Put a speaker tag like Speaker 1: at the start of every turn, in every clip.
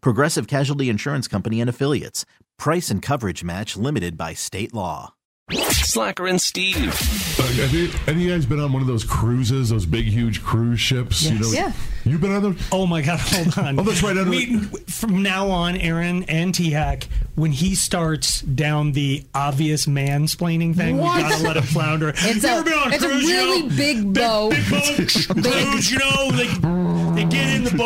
Speaker 1: Progressive Casualty Insurance Company and Affiliates. Price and coverage match limited by state law.
Speaker 2: Slacker and Steve.
Speaker 3: Like, Uh, have, you, have you guys been on one of those cruises, those big, huge cruise ships? You know,
Speaker 4: Yeah.
Speaker 3: You've been on those?
Speaker 5: Oh my God! Hold on.
Speaker 3: Oh, that's right, I know-
Speaker 5: We, from now on, Aaron and T Hack, when he starts down the obvious mansplaining thing,
Speaker 4: What?
Speaker 5: we gotta let him flounder.
Speaker 4: It's
Speaker 5: You
Speaker 4: a-
Speaker 5: ever been on
Speaker 4: it's a
Speaker 5: cruise, you
Speaker 4: really
Speaker 5: know?
Speaker 4: big boat.
Speaker 5: Big, boat cruise. You know, they they get in the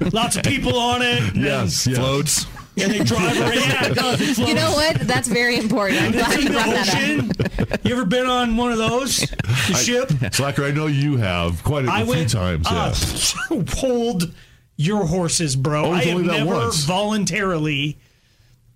Speaker 5: boat. Lots of people on it. and-
Speaker 3: Yes, yes.
Speaker 6: Floats.
Speaker 5: And they drive around. Yeah, it does. It
Speaker 4: You know
Speaker 5: floats.
Speaker 4: what? That's very important. I'm glad
Speaker 5: It's
Speaker 4: you
Speaker 5: in
Speaker 4: brought that up.
Speaker 5: the ocean. You ever been on one of those? The ship.
Speaker 3: Slacker, I know you have quite a,
Speaker 5: I
Speaker 3: a few
Speaker 5: went
Speaker 3: times.
Speaker 5: uh,
Speaker 3: yeah.
Speaker 5: hold your horses, bro.
Speaker 3: Oh,
Speaker 5: I
Speaker 3: it's
Speaker 5: have
Speaker 3: only that
Speaker 5: never
Speaker 3: once.
Speaker 5: voluntarily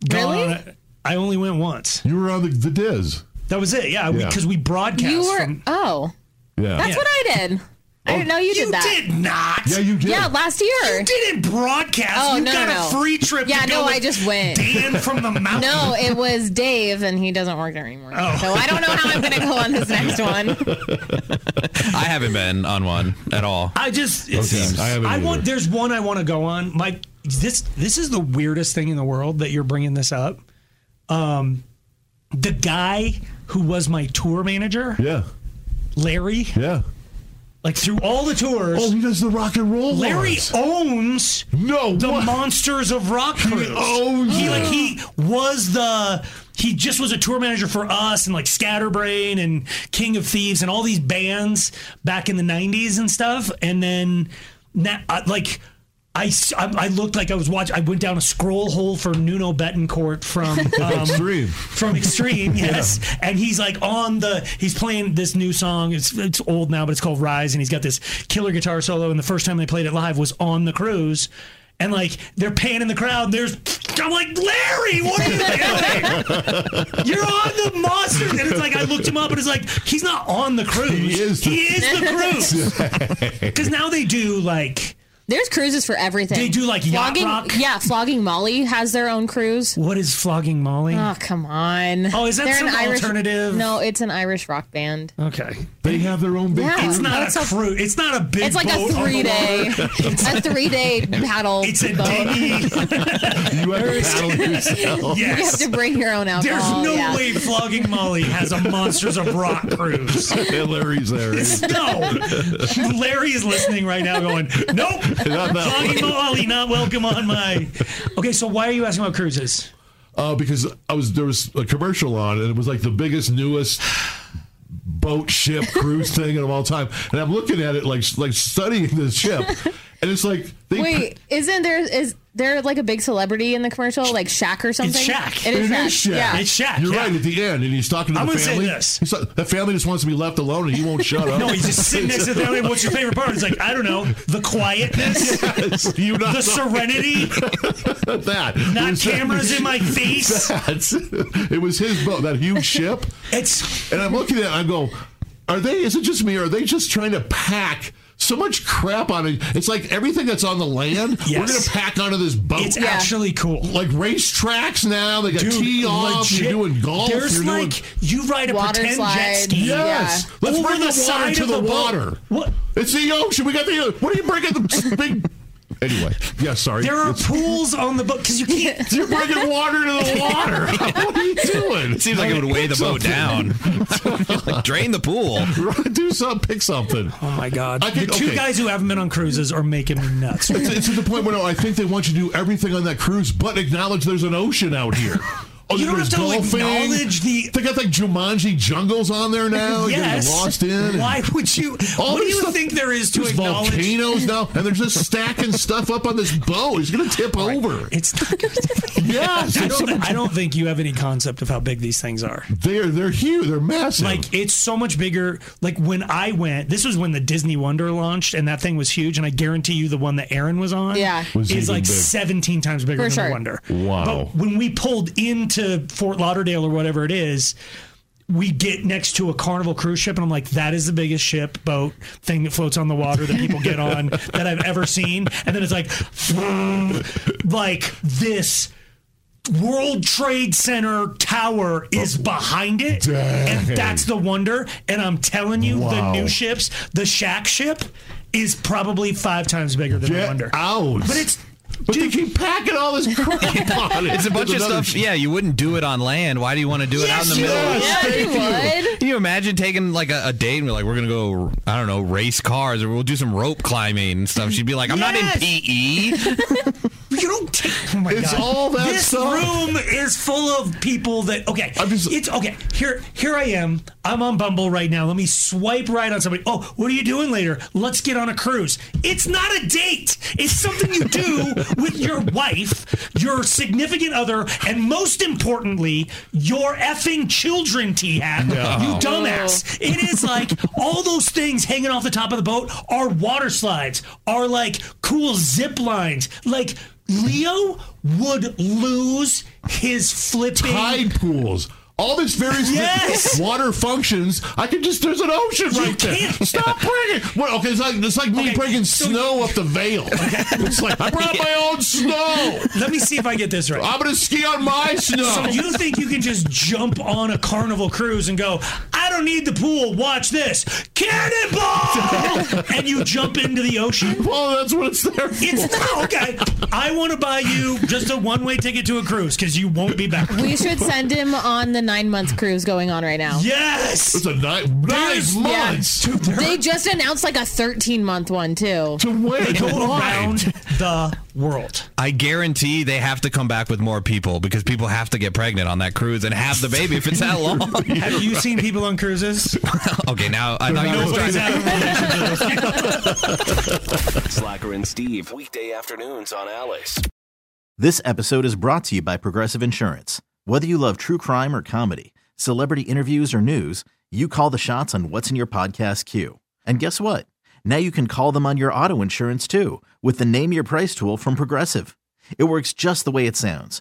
Speaker 5: gone.
Speaker 4: Really?
Speaker 5: on a- I only went once.
Speaker 3: You were on the, the Diz.
Speaker 5: That was it. Yeah,
Speaker 3: Yeah.
Speaker 5: because we, broadcast.
Speaker 4: You were
Speaker 5: from,
Speaker 4: oh,
Speaker 3: Yeah.
Speaker 4: that's what I did. I didn't know you did
Speaker 5: you
Speaker 4: that.
Speaker 5: did not.
Speaker 3: yeah, you did.
Speaker 4: Yeah, last year.
Speaker 5: You didn't broadcast.
Speaker 4: Oh,
Speaker 5: you
Speaker 4: no,
Speaker 5: got
Speaker 4: no.
Speaker 5: a free trip.
Speaker 4: Yeah,
Speaker 5: to go
Speaker 4: no,
Speaker 5: with
Speaker 4: I just went.
Speaker 5: Dan from the mountain.
Speaker 4: No, it was Dave, and he doesn't work there anymore.
Speaker 5: Oh.
Speaker 4: So I don't know how I'm going to go on this next one.
Speaker 6: I haven't been on one at all.
Speaker 5: I just it seems-
Speaker 3: I haven't
Speaker 5: I want
Speaker 3: either.
Speaker 5: there's one I want to go on. My this this is the weirdest thing in the world that you're bringing this up. Um, the guy who was my tour manager,
Speaker 3: yeah.
Speaker 5: Larry,
Speaker 3: Yeah.
Speaker 5: like through all the tours,
Speaker 3: Oh, he does the rock and roll.
Speaker 5: Larry
Speaker 3: ones.
Speaker 5: owns
Speaker 3: No,
Speaker 5: the
Speaker 3: what?
Speaker 5: Monsters of Rock Cruise.
Speaker 3: owns
Speaker 5: he
Speaker 3: it.
Speaker 5: like he was the he just was a tour manager for us and like Scatterbrain and King of Thieves and all these bands back in the '90s and stuff. And then now, uh, like. I, s- I- I looked like I was watching. I went down a scroll hole for Nuno Betancourt from um,
Speaker 3: Extreme.
Speaker 5: from Extreme, yes. And he's like on the he's playing this new song. It's it's old now, but it's called Rise, and he's got this killer guitar solo. And the first time they played it live was on the cruise. And like they're panning the crowd, there's I'm like Larry, what are you doing? You're on the monsters, and it's like I looked him up, and it's like he's not on the cruise.
Speaker 3: He is the-
Speaker 5: he is the cruise. Because now they do like
Speaker 4: There's cruises for everything.
Speaker 5: They do, like, Yacht
Speaker 4: flogging.
Speaker 5: Rock?
Speaker 4: Yeah, flogging Molly has their own cruise.
Speaker 5: what is flogging Molly?
Speaker 4: Oh come on!
Speaker 5: Oh, is that
Speaker 4: They're
Speaker 5: some
Speaker 4: an Irish,
Speaker 5: alternative-
Speaker 4: No, it's an Irish rock band.
Speaker 5: okay,
Speaker 3: They have their own big
Speaker 4: Yeah.
Speaker 3: cruise.
Speaker 5: it's not
Speaker 4: That's
Speaker 5: a
Speaker 4: um, a-
Speaker 5: cruise. It's not a big.
Speaker 4: It's like a
Speaker 5: boat on the
Speaker 4: three day,
Speaker 5: water.
Speaker 4: a three day paddle.
Speaker 5: It's a
Speaker 4: boat.
Speaker 5: dinghy.
Speaker 3: You have to paddle yourself.
Speaker 4: You have
Speaker 5: Yes.
Speaker 4: to bring your own
Speaker 5: There's
Speaker 4: alcohol.
Speaker 5: no
Speaker 4: Oh, yeah.
Speaker 5: way Flogging Molly has a Monsters of Rock cruise.
Speaker 3: Larry's there.
Speaker 5: No. Larry is listening right now going, nope. Flogging Molly, not welcome on my. Okay, so why are you asking about cruises?
Speaker 3: Uh, because I was there was a commercial on, and it was like the biggest, newest boat ship cruise thing of all time. And I'm looking at it like like studying this ship, and it's like they
Speaker 4: Wait, isn't there is there like a big celebrity in the commercial, like Shaq or something?
Speaker 5: Shaq.
Speaker 4: It is
Speaker 3: It
Speaker 4: Shaq.
Speaker 3: is Shaq.
Speaker 4: Yeah.
Speaker 5: It's Shaq.
Speaker 3: You're
Speaker 5: yeah.
Speaker 3: right at the end, and he's talking to
Speaker 5: I'm
Speaker 3: the
Speaker 5: gonna say
Speaker 3: family.
Speaker 5: this.
Speaker 3: He's like, the family just wants to be left alone, and he won't shut up.
Speaker 5: No, he's just sitting next to the family. What's your favorite part? It's like, I don't know, the quietness,
Speaker 3: Yes, you not
Speaker 5: the serenity,
Speaker 3: that. It
Speaker 5: not
Speaker 3: was-
Speaker 5: cameras in my face.
Speaker 3: That's- it was his boat, that huge ship,
Speaker 5: It's
Speaker 3: and I'm looking at. it, and I go, are they? Is it just me? Or are they just trying to pack? So much crap on it. It's like everything that's on the land, we're
Speaker 5: Yes.
Speaker 3: going to pack onto this boat.
Speaker 5: it's actually cool.
Speaker 3: like racetracks now. They got
Speaker 5: Dude,
Speaker 3: tee off. You're
Speaker 5: legit,
Speaker 3: doing golf.
Speaker 5: There's
Speaker 3: you're
Speaker 5: like
Speaker 3: doing,
Speaker 5: you ride a
Speaker 4: Water
Speaker 5: pretend jet
Speaker 4: slides.
Speaker 5: ski.
Speaker 4: Yeah.
Speaker 3: yes. Let's
Speaker 5: Over
Speaker 3: bring the,
Speaker 5: the
Speaker 3: water
Speaker 5: side
Speaker 3: to
Speaker 5: of
Speaker 3: the
Speaker 5: the boat.
Speaker 3: water.
Speaker 5: What?
Speaker 3: It's the ocean. We got the. What are you bringing the big? Anyway, yeah, sorry.
Speaker 5: There are
Speaker 3: It's-
Speaker 5: pools on the boat because you can't.
Speaker 3: you're bringing water to the water. what are you doing?
Speaker 6: It seems like it would weigh the boat down. like, drain the pool.
Speaker 3: Do something. Pick something.
Speaker 5: Oh my God!
Speaker 3: I can-
Speaker 5: the two
Speaker 3: okay.
Speaker 5: guys who haven't been on cruises are making me nuts.
Speaker 3: It's, it's to the point where no, I think they want you to do everything on that cruise, but acknowledge there's an ocean out here. Oh,
Speaker 5: You don't
Speaker 3: there's
Speaker 5: have to acknowledge the-
Speaker 3: They got like Jumanji jungles on there now. oh, You're
Speaker 5: yes.
Speaker 3: lost in.
Speaker 5: Why would you?
Speaker 3: All
Speaker 5: what do
Speaker 3: this
Speaker 5: you
Speaker 3: stuff-
Speaker 5: think there is to
Speaker 3: There's
Speaker 5: acknowledge?
Speaker 3: volcanoes now, and they're just stacking stuff up on this boat. It's gonna tip over.
Speaker 5: It's not. Good.
Speaker 3: Yes,
Speaker 5: I don't. I don't think you have any concept of how big these things are.
Speaker 3: they're they're huge. They're massive.
Speaker 5: Like it's so much bigger. Like when I went, this was when the Disney Wonder launched, and that thing was huge. And I guarantee you, the one that Aaron was on,
Speaker 4: Yeah.
Speaker 3: Was
Speaker 5: is
Speaker 3: even
Speaker 5: like
Speaker 3: big.
Speaker 5: seventeen times bigger
Speaker 4: For
Speaker 5: than
Speaker 4: sure.
Speaker 5: the Wonder.
Speaker 3: Wow.
Speaker 5: But when we pulled into Fort Lauderdale or whatever it is. We get next to a Carnival cruise ship, and I'm like, "That is the biggest ship, boat, thing that floats on the water that people get on that I've ever seen." And then it's like, like this World Trade Center tower
Speaker 3: Oh,
Speaker 5: is behind it, and that's the wonder. And I'm telling you,
Speaker 3: Wow.
Speaker 5: the new ships, the Shack ship, is probably five times bigger than the
Speaker 3: Get
Speaker 5: wonder.
Speaker 3: out.
Speaker 5: But it's
Speaker 3: But they keep packing all this crap on it.
Speaker 6: It's a bunch of
Speaker 3: There's another
Speaker 6: stuff. Yeah, you wouldn't do it on land. Why do you want to do it out in the middle?
Speaker 3: yes.
Speaker 6: of-
Speaker 4: Yeah, you would.
Speaker 6: Can you imagine taking like a, a date and we're like, we're gonna go, I don't know, race cars or we'll do some rope climbing and stuff. She'd be like, I'm not in E."
Speaker 5: Yes.
Speaker 6: PE.
Speaker 5: you don't take. Oh my
Speaker 3: It's
Speaker 5: God.
Speaker 3: all that
Speaker 5: This
Speaker 3: stuff.
Speaker 5: room is full of people that. Okay,
Speaker 3: I'm just-
Speaker 5: it's okay. Here, here I am. I'm on Bumble right now. Let me swipe right on somebody. Oh, what are you doing later? Let's get on a cruise. It's not a date. It's something you do with your wife, your significant other, and most importantly, your effing children. T hat. You dumbass. It is like all those things hanging off the top of the boat are water slides. Are like cool zip lines. Like. Leo would lose his flipping
Speaker 3: tide pools. All this various
Speaker 5: Yes.
Speaker 3: water functions. I can just there's an ocean right there.
Speaker 5: can't-
Speaker 3: Stop bringing. Well, okay, it's like it's like me
Speaker 5: Okay,
Speaker 3: bringing
Speaker 5: so-
Speaker 3: snow up the veil. It's like I brought my own snow.
Speaker 5: Let me see if I get this right.
Speaker 3: I'm gonna ski on my snow.
Speaker 5: So you think you can just jump on a carnival cruise and go, I don't need the pool, watch this. Cannonball! and you jump into the ocean?
Speaker 3: well, Oh, that's what it's there for.
Speaker 5: It's not okay. I want to buy you just a one way ticket to a cruise because you won't be back.
Speaker 4: We should send him on the nine month cruise going on right now.
Speaker 5: Yes!
Speaker 3: It's a nine, nine
Speaker 5: There's-
Speaker 3: months
Speaker 5: Dude, they're
Speaker 4: They just announced like a 13 month one too.
Speaker 3: to wait.
Speaker 5: going
Speaker 3: Come on.
Speaker 5: around the world.
Speaker 6: I guarantee they have to come back with more people because people have to get pregnant on that cruise and have the baby if it's that long.
Speaker 5: Have you seen people on cruises?
Speaker 6: okay, now I thought you were trying
Speaker 5: Nobody's
Speaker 6: to.
Speaker 5: out of relationships.
Speaker 2: Slacker and Steve, weekday afternoons on Alice.
Speaker 1: This episode is brought to you by Progressive Insurance. Whether you love true crime or comedy, celebrity interviews or news, you call the shots on what's in your podcast queue. And guess what? Now you can call them on your auto insurance too with the Name Your Price tool from Progressive. It works just the way it sounds.